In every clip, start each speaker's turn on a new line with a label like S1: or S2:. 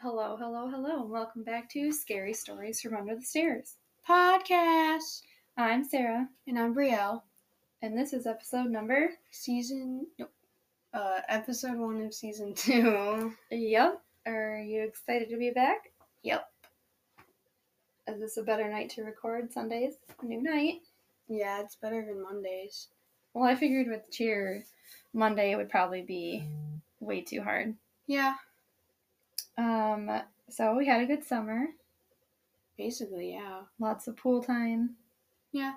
S1: Hello, hello, hello, and welcome back to Scary Stories from Under the Stairs podcast. I'm Sarah,
S2: And I'm Brielle.
S1: and this is episode number.
S2: Season, no, uh, episode one of season two.
S1: Yep. Are you excited to be back?
S2: Yep.
S1: Is this a better night to record? Sundays, new night.
S2: Yeah, it's better than Mondays.
S1: Well, I figured with cheer, Monday would probably be way too hard.
S2: Yeah,
S1: Um, so we had a good summer,
S2: basically, yeah.
S1: lots of pool time.
S2: Yeah.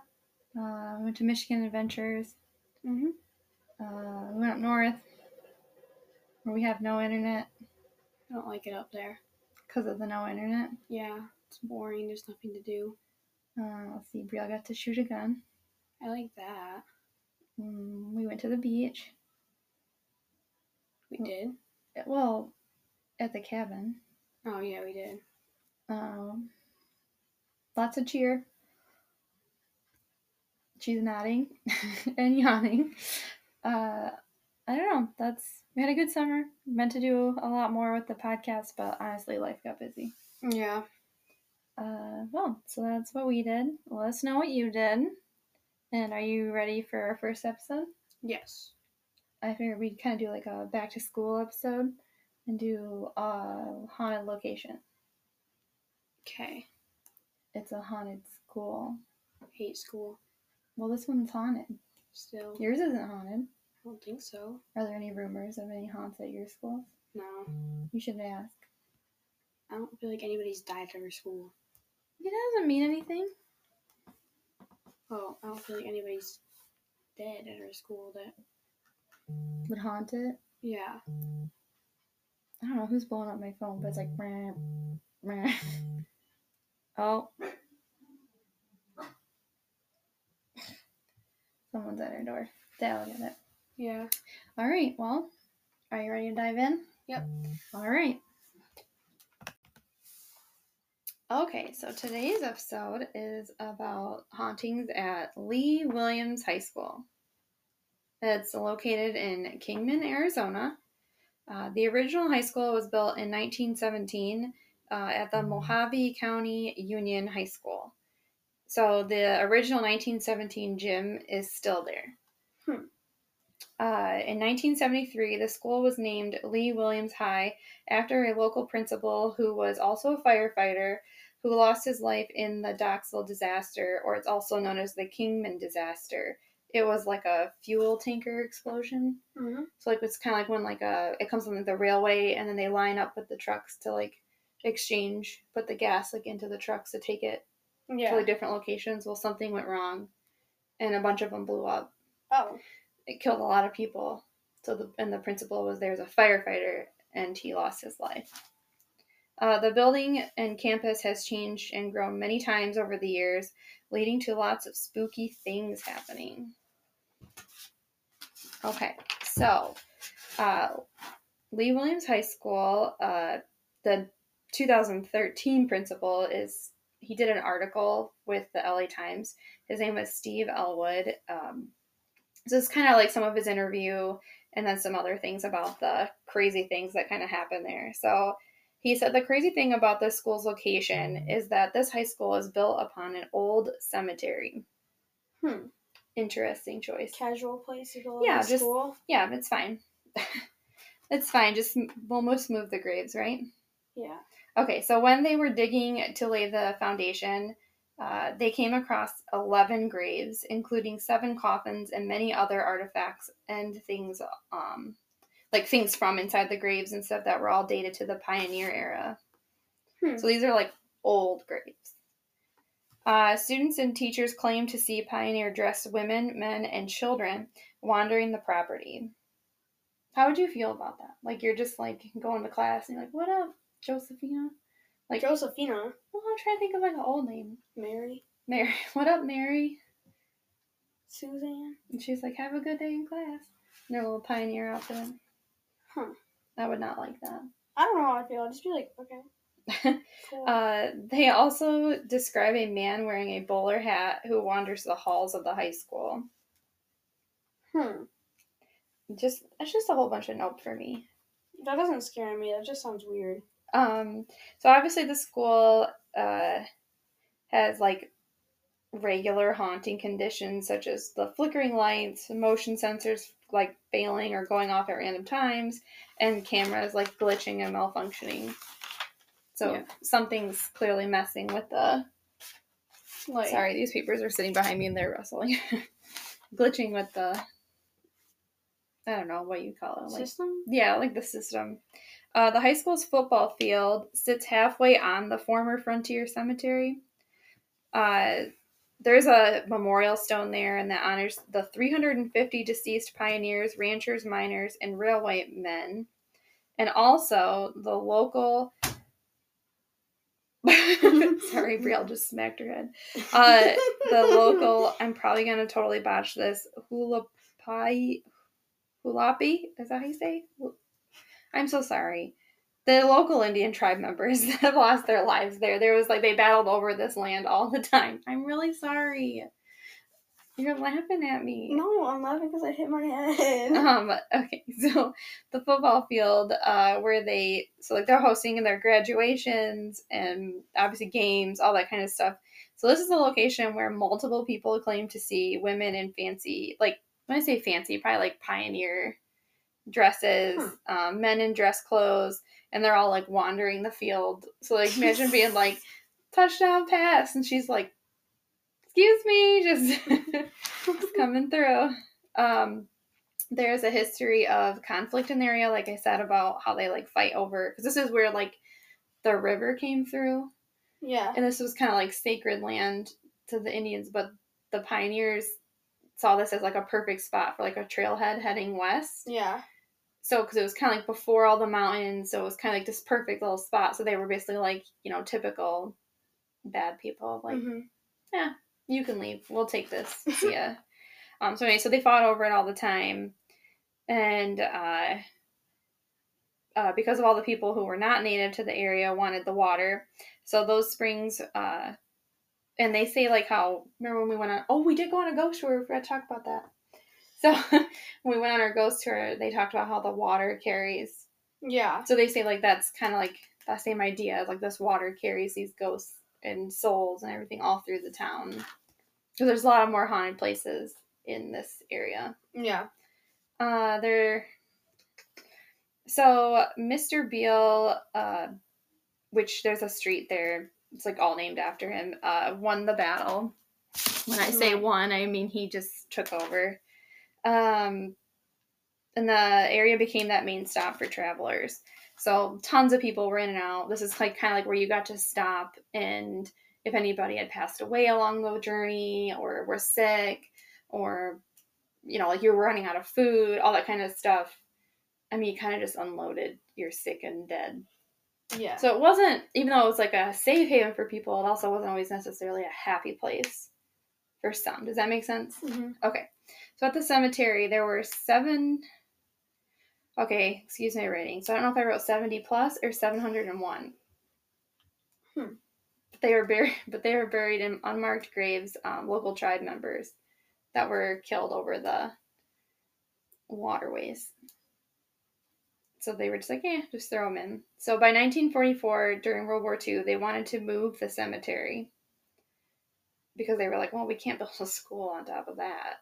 S1: Uh, went to Michigan Adventures.
S2: Mm-hmm.
S1: Uh, we went up north where we have no internet
S2: I don't like it up there.
S1: because of the no internet.
S2: Yeah, it's boring. There's nothing to do.
S1: Uh, let's see, Brielle got to shoot a gun.
S2: I like that.
S1: Mm, we went to the beach.
S2: We
S1: Mm.
S2: did.
S1: Uh, Well, at the cabin.
S2: Oh yeah, we did.
S1: Um, lots of cheer. She's nodding and yawning. Uh, I don't know. That's we had a good summer. Meant to do a lot more with the podcast, but honestly, life got busy.
S2: Yeah.
S1: Uh, well, so that's what we did. Let us know what you did. And are you ready for our first episode?
S2: Yes.
S1: I figured we'd kind of do like a back to school episode and do a haunted location.
S2: Okay.
S1: It's a haunted school.
S2: Hate school.
S1: Well, this one's haunted.
S2: Still.
S1: Yours isn't haunted.
S2: I don't think so.
S1: Are there any rumors of any haunts at your school?
S2: No.
S1: You should ask.
S2: I don't feel like anybody's died at our school.
S1: It doesn't mean anything.
S2: Oh, I don't feel like anybody's dead at our school. That.
S1: Would haunt it?
S2: Yeah.
S1: I don't know who's blowing up my phone, but it's like. "Meh, meh." oh. Someone's at our door. That'll get it.
S2: Yeah.
S1: All right. Well, are you ready to dive in?
S2: Yep.
S1: All right. Okay, so today's episode is about hauntings at Lee Williams High School. It's located in Kingman, Arizona. Uh, the original high school was built in 1917 uh, at the Mojave County Union High School. So the original 1917 gym is still there.
S2: Hmm.
S1: Uh, in 1973, the school was named Lee Williams High after a local principal who was also a firefighter who lost his life in the Doxville disaster, or it's also known as the Kingman disaster. It was like a fuel tanker explosion.
S2: Mm-hmm.
S1: So like it's kind of like when like uh it comes on the railway and then they line up with the trucks to like exchange put the gas like into the trucks to take it
S2: Yeah.
S1: to like different locations. Well, something went wrong, and a bunch of them blew up.
S2: Oh.
S1: It killed a lot of people. So the and the principal was there as a firefighter and he lost his life. Uh, the building and campus has changed and grown many times over the years, leading to lots of spooky things happening. Okay, so uh, Lee Williams High School, uh, the 2013 principal is he did an article with the LA Times. His name was Steve Elwood. Um, so it's kind of like some of his interview and then some other things about the crazy things that kind of happen there. So he said the crazy thing about this school's location is that this high school is built upon an old cemetery.
S2: Hmm.
S1: Interesting choice.
S2: Casual place to go
S1: Yeah,
S2: yeah,
S1: just-
S2: school.
S1: Yeah, it's fine. it's fine. Just m- we'll most move the graves, right?
S2: Yeah.
S1: Okay, so when they were digging to lay the foundation, uh, they came across 11 graves, including seven coffins and many other artifacts and things, um, like things from inside the graves and stuff that were all dated to the pioneer era.
S2: Hmm.
S1: So these are like old graves. Uh, students and teachers claim to see pioneer dressed women, men, and children wandering the property. How would you feel about that? Like you're just like going to class and you're like, what up? Josephina. Like, well,
S2: Josephina.
S1: I'm trying to think of like an old name.
S2: Mary.
S1: Mary. What up, Mary?
S2: Suzanne.
S1: And she's like, have a good day in class. And her little pioneer outfit.
S2: Huh.
S1: I would not like that.
S2: I don't know how I feel. I'd just be like, okay, cool.
S1: uh, they also describe a man wearing a bowler hat who wanders the halls of the high school.
S2: hmm.
S1: Just, that's just a whole bunch of nope for me.
S2: That doesn't scare me. That just sounds weird.
S1: Um, so obviously the school uh, has like regular haunting conditions such as the flickering lights, motion sensors like failing or going off at random times, and cameras like glitching and malfunctioning. So
S2: Yeah.
S1: something's clearly messing with the.
S2: Like,
S1: Sorry, these papers are sitting behind me and they're rustling. glitching with the. I don't know what you call it. Like
S2: System?
S1: yeah, like the system. Uh, the high school's football field sits halfway on the former Frontier Cemetery. Uh, there's a memorial stone there, and that honors the 350 deceased pioneers, ranchers, miners, and railway men, and also the local. Sorry, Brielle just smacked her head. Uh, The local. I'm probably gonna totally botch this. Hula pie, hulapi. Is that how you say? Hu- I'm so sorry. The local Indian tribe members that lost their lives there. There was like they battled over this land all the time. I'm really sorry. You're laughing at me.
S2: No, I'm laughing because I hit my head.
S1: Um, okay, so the football field, uh, where they so like they're hosting their graduations and obviously games, all that kind of stuff. So this is a location where multiple people claim to see women in fancy, like when I say fancy, probably like pioneer dresses, um, men in dress clothes, and they're all like wandering the field. So like imagine being like touchdown pass, and she's like, "Excuse me, just." coming through. Um, there's a history of conflict in the area, like I said, about how they like fight over because this is where like the river came through,
S2: yeah.
S1: and this was kind of like sacred land to the Indians, but the pioneers saw this as like a perfect spot for like a trailhead heading west.
S2: Yeah.
S1: So, because it was kind of like before all the mountains, so it was kind of like this perfect little spot. So they were basically like, you know, typical bad people, like
S2: Mhm.
S1: you can leave. We'll take this. Yeah. um. So anyway, so they fought over it all the time, and uh, uh, because of all the people who were not native to the area wanted the water, so those springs. Uh, and they say like how remember when we went on? Oh, we did go on a ghost tour. We forgot to talk about that. So when we went on our ghost tour, they talked about how the water carries.
S2: Yeah.
S1: So they say like that's kind of like that same idea. Like this water carries these ghosts and souls and everything all through the town. So there's a lot of more haunted places in this area.
S2: Yeah.
S1: Uh, there. So Mr. Beale, uh, which there's a street there. It's like all named after him. Uh, won the battle. Mm-hmm. When I say
S2: Right.
S1: won, I mean he just took over. Um, and the area became that main stop for travelers. So tons of people were in and out. This is like kind of like where you got to stop and if anybody had passed away along the journey or were sick or you know like you were running out of food, all that kind of stuff. I mean, you kind of just unloaded your sick and dead.
S2: Yeah.
S1: So it wasn't even though it was like a safe haven for people, it also wasn't always necessarily a happy place for some. Does that make sense?
S2: Mhm.
S1: Okay. So at the cemetery, there were seven. Okay, excuse my writing. So I don't know if I wrote 70 plus or 701.
S2: Hmm.
S1: But they were buried, but they were buried in unmarked graves, um, local tribe members that were killed over the waterways. So they were just like, eh, just throw them in. So by 1944, during World War II, they wanted to move the cemetery because they were like, well, we can't build a school on top of that.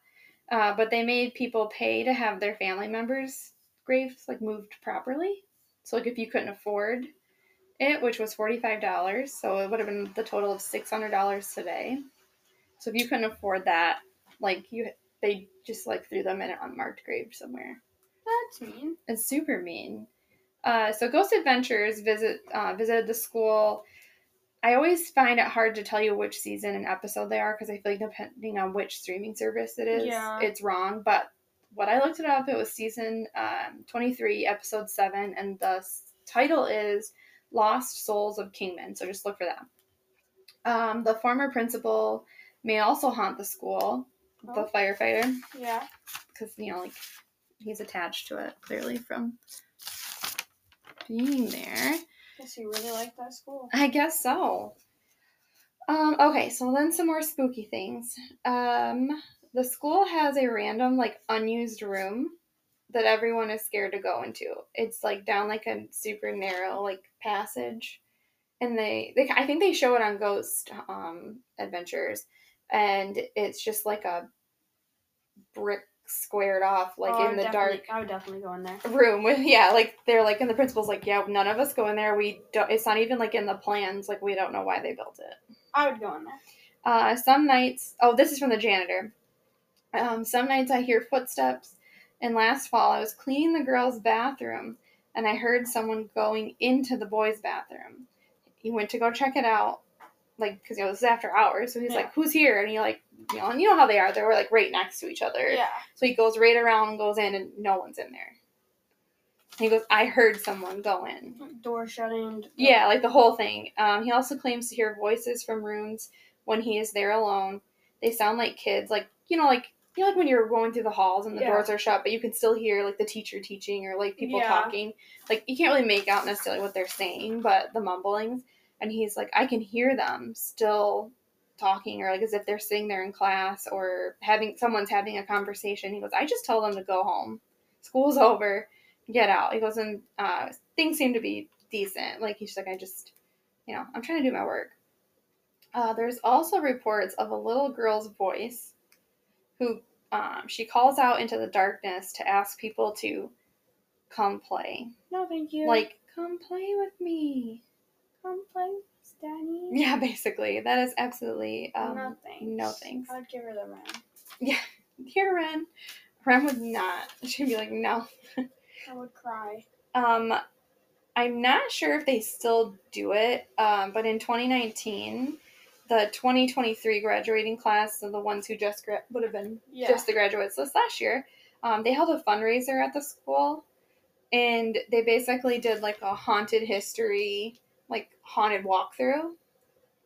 S1: Uh, but they made people pay to have their family members' graves like moved properly. So like if you couldn't afford it, which was forty five dollars, so it would have been the total of six hundred dollars today. So if you couldn't afford that, like you, they just like threw them in an unmarked grave somewhere.
S2: That's mean.
S1: It's super mean. Uh, so Ghost Adventures visit uh, visited the school. I always find it hard to tell you which season and episode they are because I feel like depending on which streaming service it is,
S2: Yeah.
S1: it's wrong. But what I looked it up, it was season um, 23, episode 7, and the s- title is Lost Souls of Kingman. So just look for that. Um, the former principal may also haunt the school, the
S2: Oh.
S1: firefighter
S2: Yeah.
S1: because you know like he's attached to it clearly from being there
S2: Guess you really like that school.
S1: i guess so um okay so then some more spooky things um the school has a random like unused room that everyone is scared to go into. It's like down like a super narrow like passage, and they they I think they show it on Ghost um, Adventures, and it's just like a brick squared off like
S3: Oh, I
S1: in
S3: would
S1: the
S3: definitely-
S1: dark
S3: I would definitely go in there.
S1: room with yeah like they're like and the principal's like yeah none of us go in there we don't it's not even like in the plans like we don't know why they built it
S3: I would go in there.
S1: uh, some nights, oh, this is from the janitor. Um, some nights I hear footsteps, and last fall I was cleaning the girls' bathroom and I heard someone going into the boys' bathroom. He went to go check it out, like, because you know, this is after hours, so he's
S3: Yeah.
S1: like, Who's here? And he, like, you know, and you know how they are, they were like right next to each other.
S3: Yeah.
S1: So he goes right around, goes in, and no one's in there. And he goes, I heard someone go in.
S3: Door shutting.
S1: Yeah, like the whole thing. Um, he also claims to hear voices from rooms when he is there alone. They sound like kids, like you know, like you know, like when you're going through the halls and the
S3: Yeah.
S1: doors are shut, but you can still hear like the teacher teaching or like people
S3: Yeah.
S1: talking. Like you can't really make out necessarily what they're saying, but the mumblings. And he's like, I can hear them still talking, or like as if they're sitting there in class or having someone's having a conversation. He goes, I just tell them to go home. School's over get out. He goes, and uh, things seem to be decent. Like he's like, I just, you know, I'm trying to do my work. Uh, there's also reports of a little girl's voice, who um, she calls out into the darkness to ask people to come play,
S3: No, thank you.
S1: like come play with me.
S3: come play, Danny.
S1: Yeah, basically, that is absolutely um,
S3: no thanks.
S1: no thanks.
S3: I would give her the round.
S1: here, Ren. Ren would not. She'd be like, no.
S3: I would cry.
S1: Um, I'm not sure if they still do it, um, but in 2019, the 2023 graduating class, so the ones who just gra- would have been
S3: Yeah.
S1: just the graduates this last year, um, they held a fundraiser at the school, and they basically did like a haunted history, like haunted walkthrough.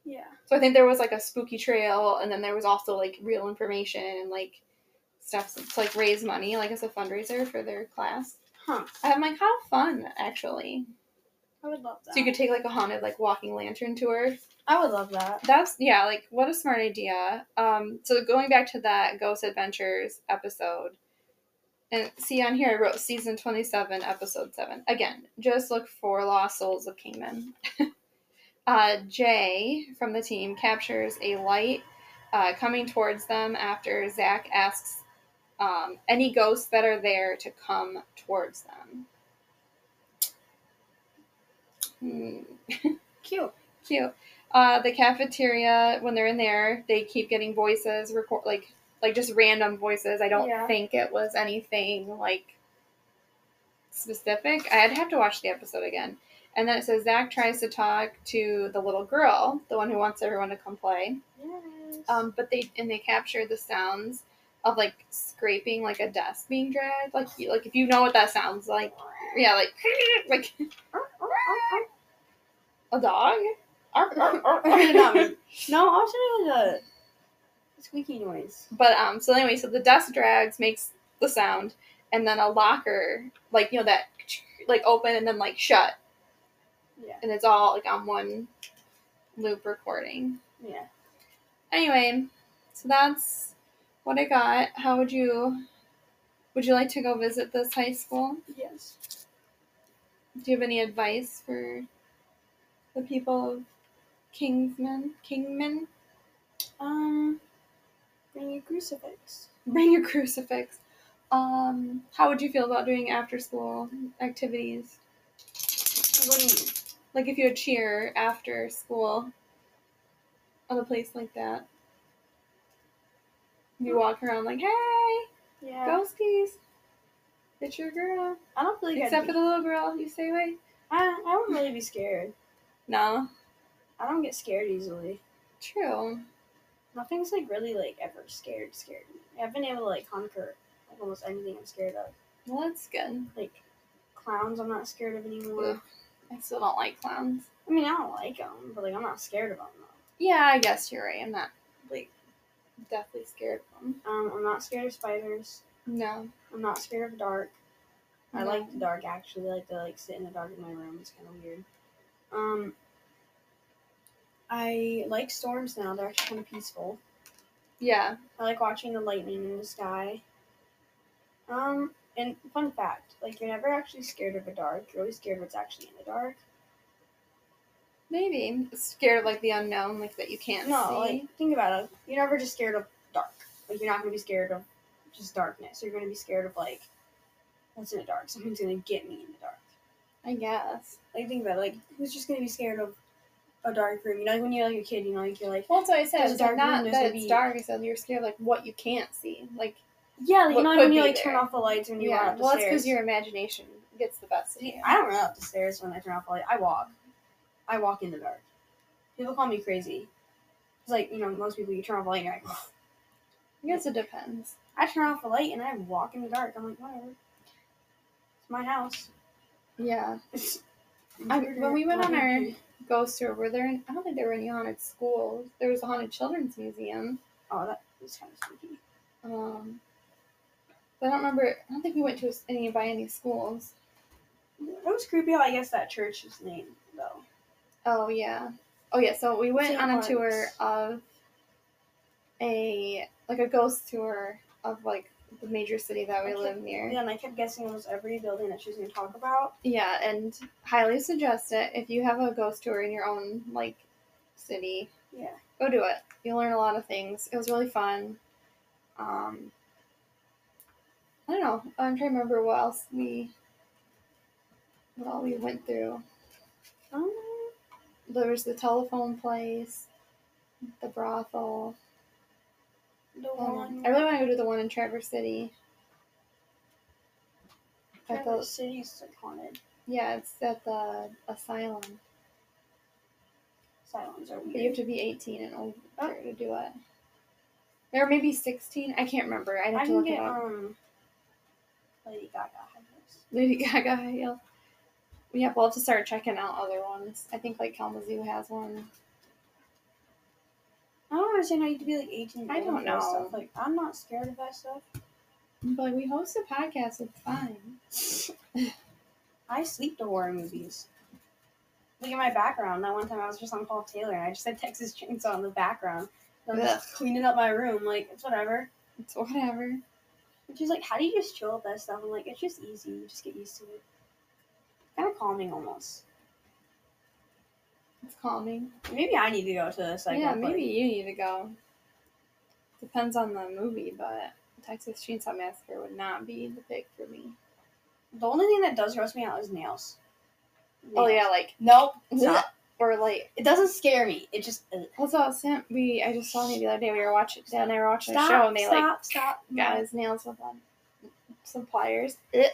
S3: yeah.
S1: So I think there was like a spooky trail, and then there was also like real information and like stuff to like raise money, like as a fundraiser for their class.
S3: Huh.
S1: I'm like, how fun, actually.
S3: I would love that.
S1: So you could take like a haunted like walking lantern tour.
S3: I would love that.
S1: That's yeah, like what a smart idea. Um, so going back to that Ghost Adventures episode, and see on here I wrote season twenty seven, episode seven. Again, just look for Lost Souls of Kingman. uh, Jay from the team captures a light uh, coming towards them after Zach asks um, any ghosts that are there to come towards them. Hmm.
S3: Cute.
S1: Cute. Uh, the cafeteria when they're in there, they keep getting voices record like like just random voices. I don't
S3: Yeah.
S1: think it was anything like specific. I'd have to watch the episode again. And then it says Zach tries to talk to the little girl, the one who wants everyone to come play.
S3: Yes.
S1: Um, but they and they capture the sounds of like scraping like a desk being dragged. Like you- like if you know what that sounds like, yeah, like like a dog. Arr, arr, arr, arr.
S3: Not me. no, I'll show you the squeaky noise.
S1: But um, so anyway, so the desk drags makes the sound, and then a locker, like you know that, like open and then like shut,
S3: Yeah.
S1: and it's all like on one loop recording.
S3: Yeah.
S1: Anyway, so that's what I got. How would you? Would you like to go visit this high school?
S3: Yes.
S1: Do you have any advice for the people of Kingsman? Kingman,
S3: Um, bring a crucifix.
S1: bring your crucifix. Um, how would you feel about doing after school activities?
S3: What do you mean?
S1: Like if you would cheer after school on a place like that. You walk around like, hey,
S3: Yeah.
S1: ghosties. It's your girl.
S3: I don't feel like
S1: Except
S3: I'd
S1: for
S3: be,
S1: the little girl. You stay away.
S3: I, I wouldn't really be scared.
S1: No.
S3: I don't get scared easily.
S1: True.
S3: Nothing's like really like ever scared scared me. I've been able to like conquer like almost anything I'm scared of.
S1: Well, that's good.
S3: Like clowns, I'm not scared of anymore.
S1: Ugh. I still don't like clowns.
S3: I mean, I don't like them, but like I'm not scared of them though.
S1: Yeah, I guess you're right. I'm not, like, deathly scared of them.
S3: Um, I'm not scared of spiders.
S1: No.
S3: I'm not scared of dark. I
S1: No.
S3: like the dark actually. I like to like sit in the dark in my room. It's kind of weird. Um, I like storms now. They're actually kind of peaceful.
S1: Yeah.
S3: I like watching the lightning in the sky. Um, And fun fact, like you're never actually scared of a dark. You're always scared of what's actually in the dark.
S1: Maybe scared of like the unknown, like that you can't
S3: No,
S1: see.
S3: like think about it. You're never just scared of dark. Like you're not gonna be scared of just darkness. You're gonna be scared of like what's in the dark. Something's gonna get me in the dark.
S1: I guess.
S3: Like think about it. Like who's just gonna be scared of a dark room? You know, like when you're like a kid, you know, like you're like
S1: Well, that's what I said.
S3: There's
S1: It's
S3: a
S1: like
S3: dark room,
S1: not
S3: there's
S1: that
S3: a
S1: it's
S3: beat.
S1: dark. I said you're scared of like what you can't see. Like
S3: yeah, like,
S1: What
S3: you know, like
S1: could
S3: when you
S1: be
S3: like turn
S1: there?
S3: off the lights when you walk
S1: yeah.
S3: up the
S1: Well, it's
S3: stairs.
S1: because your imagination gets the best of you.
S3: I don't run up the stairs when I turn off the light. I walk. I walk in the dark. People call me crazy. It's like you know, most people you turn off the light and you're like.
S1: I guess it depends.
S3: I turn off the light and I walk in the dark. I'm like, whatever. It's my house.
S1: Yeah.
S3: It's
S1: I- when we went on our ghost tour, were there? I don't think there were any haunted schools. There was a haunted children's museum.
S3: oh, that was kind of spooky.
S1: Um, but I don't remember. I don't think we went to any by any schools.
S3: It was creepy. How I guess that church's name though.
S1: Oh yeah. Oh yeah. So we went
S3: St.
S1: on a
S3: Mark's.
S1: tour of a like a ghost tour of like the major city that we
S3: Okay.
S1: live near.
S3: Yeah, and I kept guessing almost every building that she was gonna talk about.
S1: Yeah, and highly suggest it if you have a ghost tour in your own like city.
S3: Yeah.
S1: Go do it. You'll learn a lot of things. It was really fun. Um, I don't know. I'm trying to remember what else we what all we went through. Oh.
S3: Um,
S1: There was the telephone place, the brothel.
S3: the
S1: Um,
S3: one.
S1: I really want to go to the one in Traverse City. At
S3: Traverse
S1: the,
S3: City's like haunted.
S1: yeah, it's at the asylum.
S3: Silence are
S1: But you have
S3: weird.
S1: to be 18 and older
S3: Oh.
S1: to do it. Or maybe 16. I can't remember. I have
S3: I
S1: to
S3: can
S1: look it
S3: get
S1: up.
S3: um Lady Gaga. I guess.
S1: Lady Gaga. Yeah. yeah, we'll have to start checking out other ones. I think like Kalamazoo has one.
S3: I don't understand how you could be like eighteen.
S1: I don't
S3: for that
S1: know.
S3: Stuff. Like I'm not scared of that stuff.
S1: But like we host a podcast. It's fine.
S3: I sleep to horror movies. Look at my background. That one time I was just on Paul Taylor and I just had Texas Chainsaw in the background. And I'm just cleaning up my room. Like, it's whatever.
S1: It's whatever.
S3: And she's like, How do you just chill with that stuff? I'm like, It's just easy. You just get used to it. Kind of calming almost.
S1: It's calming.
S3: Maybe I need to go to this. Like,
S1: yeah,
S3: but-
S1: maybe you need to go. Depends on the movie, but Texas Chainsaw Massacre would not be the pick for me.
S3: The only thing that does gross me out is nails.
S1: Oh
S3: Nails.
S1: yeah, like
S3: Nope. Stop.
S1: or like
S3: it doesn't scare me. It just. uh, Ugh.
S1: also I sent we I just saw him the other day we were watching Dan and I were watching
S3: Stop.
S1: a show and they like
S3: stop. stop.
S1: got his nails with um, some pliers. eh, Ugh.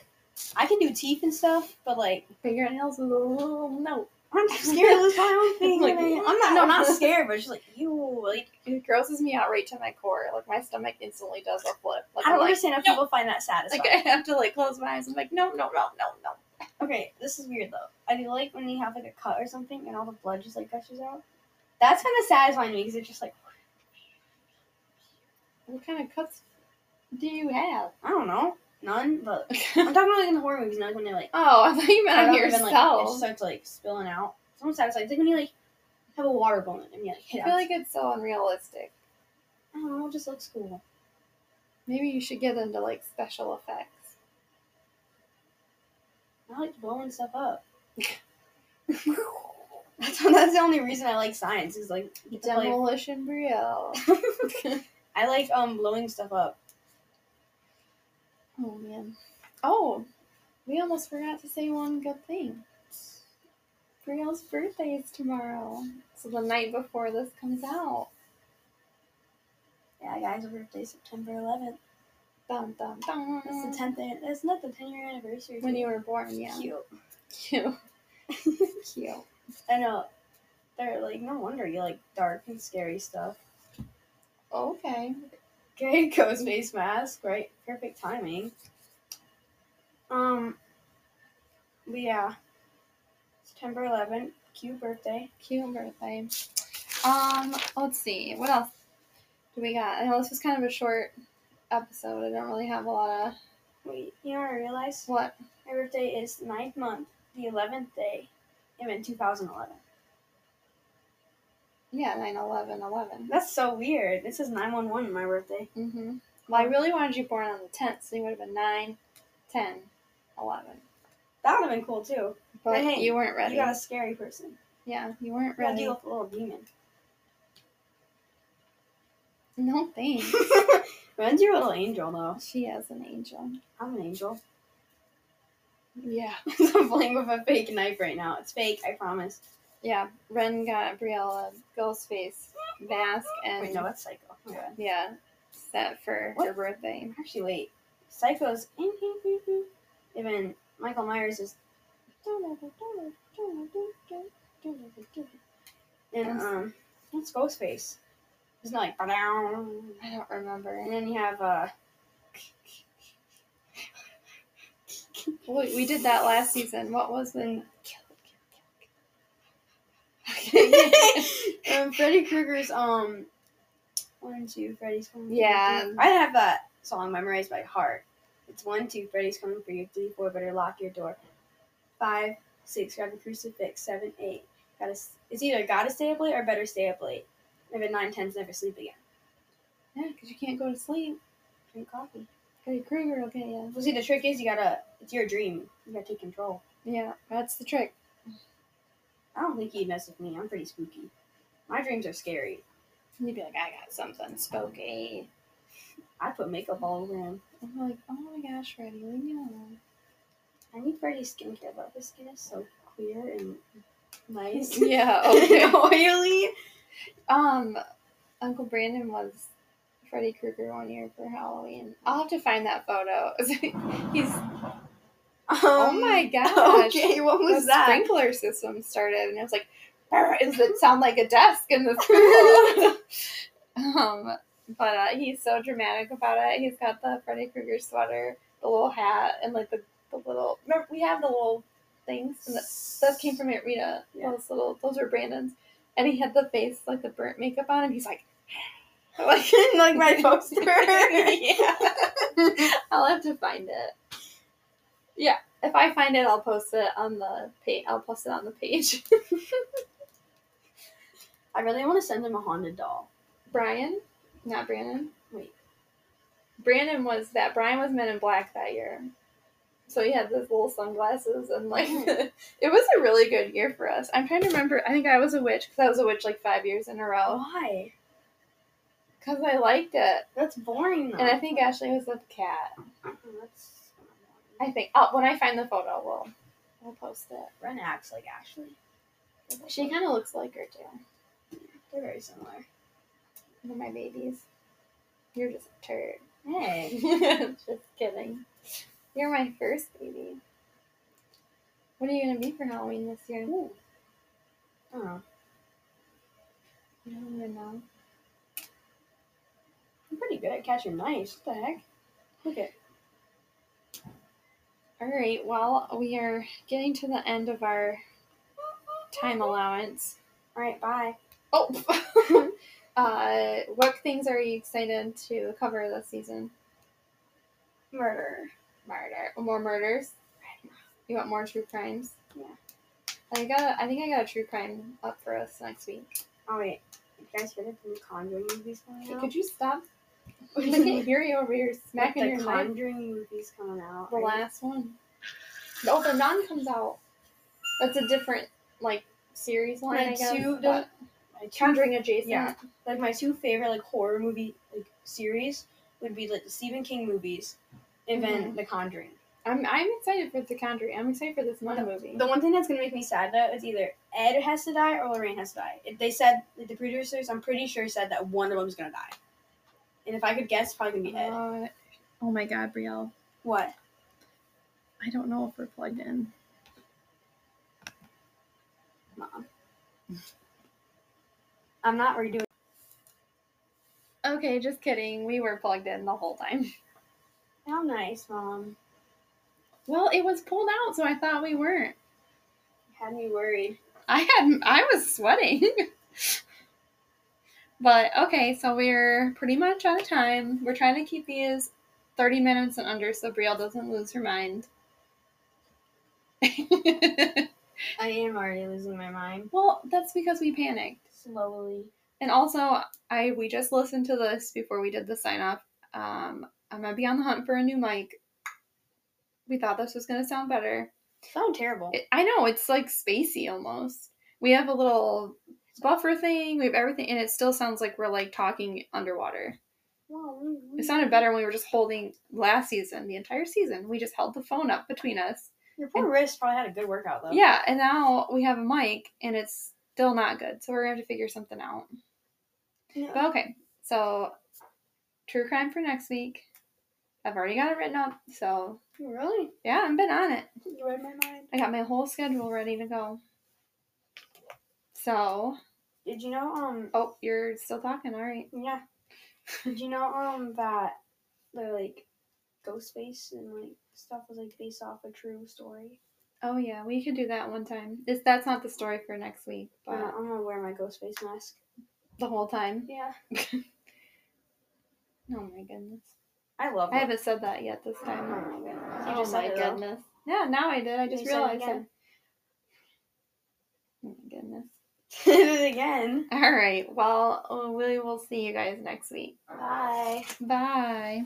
S3: I can do teeth and stuff, but like.
S1: Fingernails with a little note.
S3: I'm not scared of this my own thing.
S1: Like,
S3: and I- I'm not no not scared, but just like you like
S1: It grosses me out right to my core. Like my stomach instantly does a flip. Like
S3: I
S1: I'm
S3: don't
S1: like,
S3: understand how
S1: no.
S3: people find that satisfying.
S1: like I have to like close my eyes. I'm like, no, no, no, no, no.
S3: Okay, this is weird though. I do like when you have like a cut or something and all the blood just like gushes out. That's kind of satisfying to me because it's just like
S1: What kind of cuts do you have?
S3: I don't know none, but I'm talking about like in the horror movies, not like when they like
S1: oh, I thought you
S3: cut
S1: meant on
S3: up and then,
S1: yourself.
S3: like, it just starts like spilling out. It's almost satisfying. It's like when you like have a water balloon and you like hit
S1: I
S3: it.
S1: feel
S3: out.
S1: like it's so unrealistic.
S3: I don't know, it just looks cool.
S1: Maybe you should get into like special effects.
S3: I like blowing stuff up. That's, that's the only reason I like science is like get to play-
S1: Demolition Brielle.
S3: I like um blowing stuff up.
S1: Oh man. Oh, we almost forgot to say one good thing. Brielle's birthday is tomorrow, so the night before this comes out.
S3: Yeah, guys, our birthday is September 11th.
S1: Dun dun dun.
S3: That's the 10th. an- That's not the 10 year anniversary.
S1: When you were born, yeah.
S3: cute.
S1: Cute. Cute.
S3: I know. They're like, no wonder you like dark and scary stuff.
S1: Okay.
S3: Okay, ghost face mask, right? Perfect timing. Um, but yeah, September 11th, cute birthday.
S1: Cute birthday. Um, let's see. What else do we got? I know this was kind of a short episode. I don't really have a lot of
S3: Wait, you know what I realized?
S1: what
S3: My birthday is the ninth month, the 11th day, and then 2011.
S1: yeah, 9 11 11.
S3: That's so weird. It says 911 on my birthday.
S1: Mm-hmm. Well, I really wanted you born on the 10th, so you would have been 9 10, 11.
S3: That would have been cool too.
S1: But
S3: hey,
S1: you weren't ready.
S3: You got a scary person.
S1: yeah, you weren't
S3: You gotta
S1: ready.
S3: deal with a little demon.
S1: No thanks.
S3: Ren's your little angel though.
S1: she has an angel.
S3: I'm an angel.
S1: Yeah.
S3: I'm playing with a fake knife right now. It's fake, I promise.
S1: Yeah. Ren got Brielle a Ghostface mask and
S3: Wait, no, that's psycho. Oh my God.
S1: yeah, set for her
S3: What?
S1: birthday.
S3: Actually, wait. Psycho's even Michael Myers is. And um, what's Ghostface? It's not like. And
S1: I don't remember.
S3: then you have uh,
S1: We, we did that last season. What was it?
S3: um, Freddy Krueger's um, one two Freddy's coming. for you,
S1: Yeah.
S3: three. I have that song memorized by heart. It's one two Freddy's coming for you. Three four better lock your door. Five six grab the crucifix. Seven eight gotta s- it's either gotta stay up late or better stay up late. If at nine ten's never sleep again.
S1: Yeah, because you can't go to sleep.
S3: Drink coffee.
S1: Freddy Krueger will get you.
S3: Well, see the trick is you gotta it's your dream. You gotta take control.
S1: Yeah, that's the trick.
S3: I don't think he'd mess with me. I'm pretty spooky. My dreams are scary.
S1: You'd be like, I got something spooky.
S3: I put makeup all over him.
S1: I'm like, oh my gosh, Freddy, leave me alone.
S3: I need Freddy's skincare, but his skin is so clear and nice.
S1: Yeah,
S3: and oily.
S1: Um, Uncle Brandon was Freddy Krueger one year for Halloween. I'll have to find that photo. He's oh my gosh.
S3: Um, Okay, what
S1: The
S3: was that?
S1: sprinkler system started, and it was like, "Brr," it would sound like a desk in the school. um, but uh, he's so dramatic about it. He's got the Freddy Krueger sweater, the little hat, and like the, the little. Remember, we have the little things. And the, those came from Aunt Rita.
S3: Yeah.
S1: Those little, those were Brandon's, and he had the face like the burnt makeup on, and he's like,
S3: like, like my poster.
S1: yeah. I'll have to find it. Yeah, if I find it, I'll post it on the page. I'll post it on the page.
S3: I really want to send him a haunted doll.
S1: Brian, not Brandon.
S3: Wait.
S1: Brandon was that. Brian was Men in Black that year, so he had those little sunglasses and like it was a really good year for us. I'm trying to remember. I think I was a witch because I was a witch like five years in a row
S3: Why?
S1: because I liked it,
S3: That's boring though.
S1: and I think Ashley was the cat.
S3: Oh, that's
S1: I think oh, when I find the photo, we'll we'll post it.
S3: Ren acts like Ashley.
S1: She kind of looks like her too.
S3: They're very similar.
S1: They're my babies. You're just a turd.
S3: Hey.
S1: just kidding. You're my first baby. What are you gonna be for Halloween this year?
S3: Ooh. Oh,
S1: You don't even know.
S3: I'm pretty good at catching mice. What the heck? Look at
S1: All right. Well, we are getting to the end of our time allowance.
S3: All right, bye.
S1: Oh. uh, what things are you excited to cover this season?
S3: Murder.
S1: Murder. More murders. You want more true crimes?
S3: Yeah.
S1: I got. I think I got a true crime up for us next week.
S3: Oh wait, you guys heard of the Conjuring movies coming
S1: Okay,
S3: out?
S1: could you stop? I can't hear you over here
S3: Like,
S1: smacking
S3: the
S1: your mic.
S3: Conjuring movies coming out.
S1: The
S3: Are you-
S1: last one. No, the nun comes out. That's a different like series line. I
S3: Like,
S1: guess,
S3: two-
S1: but
S3: my two-
S1: Conjuring adjacent.
S3: Yeah. like my two favorite like horror movie like series would be like the Stephen King movies, and then The Conjuring.
S1: I'm I'm excited for the Conjuring. I'm excited for this nun movie.
S3: The one thing that's gonna make me sad though is either Ed has to die or Lorraine has to die. If they said like, the producers, I'm pretty sure said that one of them's gonna die. And if I could guess, it's probably gonna be Ed.
S1: Uh, oh my God, Brielle.
S3: What?
S1: I don't know if we're plugged in.
S3: Mom. I'm not redoing.
S1: Okay, just kidding. We were plugged in the whole time.
S3: How nice, Mom.
S1: Well, it was pulled out, so I thought we weren't.
S3: You had me worried.
S1: I had I was sweating. but okay, so we're pretty much out of time. We're trying to keep these 30 minutes and under so Brielle doesn't lose her mind.
S3: I am already losing my mind.
S1: well, that's because we panicked.
S3: Slowly.
S1: And also, I we just listened to this before we did the sign off. Um, I'm gonna be on the hunt for a new mic. We thought this was going to sound better.
S3: Sound terrible.
S1: It, I know, it's like spacey almost. We have a little buffer thing, we have everything, and it still sounds like we're like talking underwater. It sounded better when we were just holding last season, the entire season. We just held the phone up between us.
S3: Your poor wrist probably had a good workout though.
S1: Yeah, and now we have a mic and it's still not good. So we're going to have to figure something out.
S3: Yeah.
S1: But okay, so true crime for next week. I've already got it written up, so
S3: Really?
S1: yeah, I've been on it.
S3: You read my mind.
S1: I got my whole schedule ready to go. So,
S3: Did you know um
S1: oh, you're still talking. All right.
S3: yeah. Did you know um that the like ghost face and like stuff was like based off a true story?
S1: Oh yeah, we could do that one time. It's, that's not the story for next week, but
S3: Uh, I'm gonna wear my ghost face mask.
S1: the whole time.
S3: Yeah.
S1: Oh my goodness.
S3: I love it.
S1: I haven't said that yet this
S3: oh
S1: time.
S3: my goodness. You
S1: Oh
S3: just said
S1: my
S3: it, though.
S1: goodness. Yeah, now I did. I just
S3: You said it
S1: realized it.
S3: again.
S1: Oh my goodness.
S3: Did it again.
S1: All right. Well, we will see you guys next week.
S3: Bye.
S1: Bye.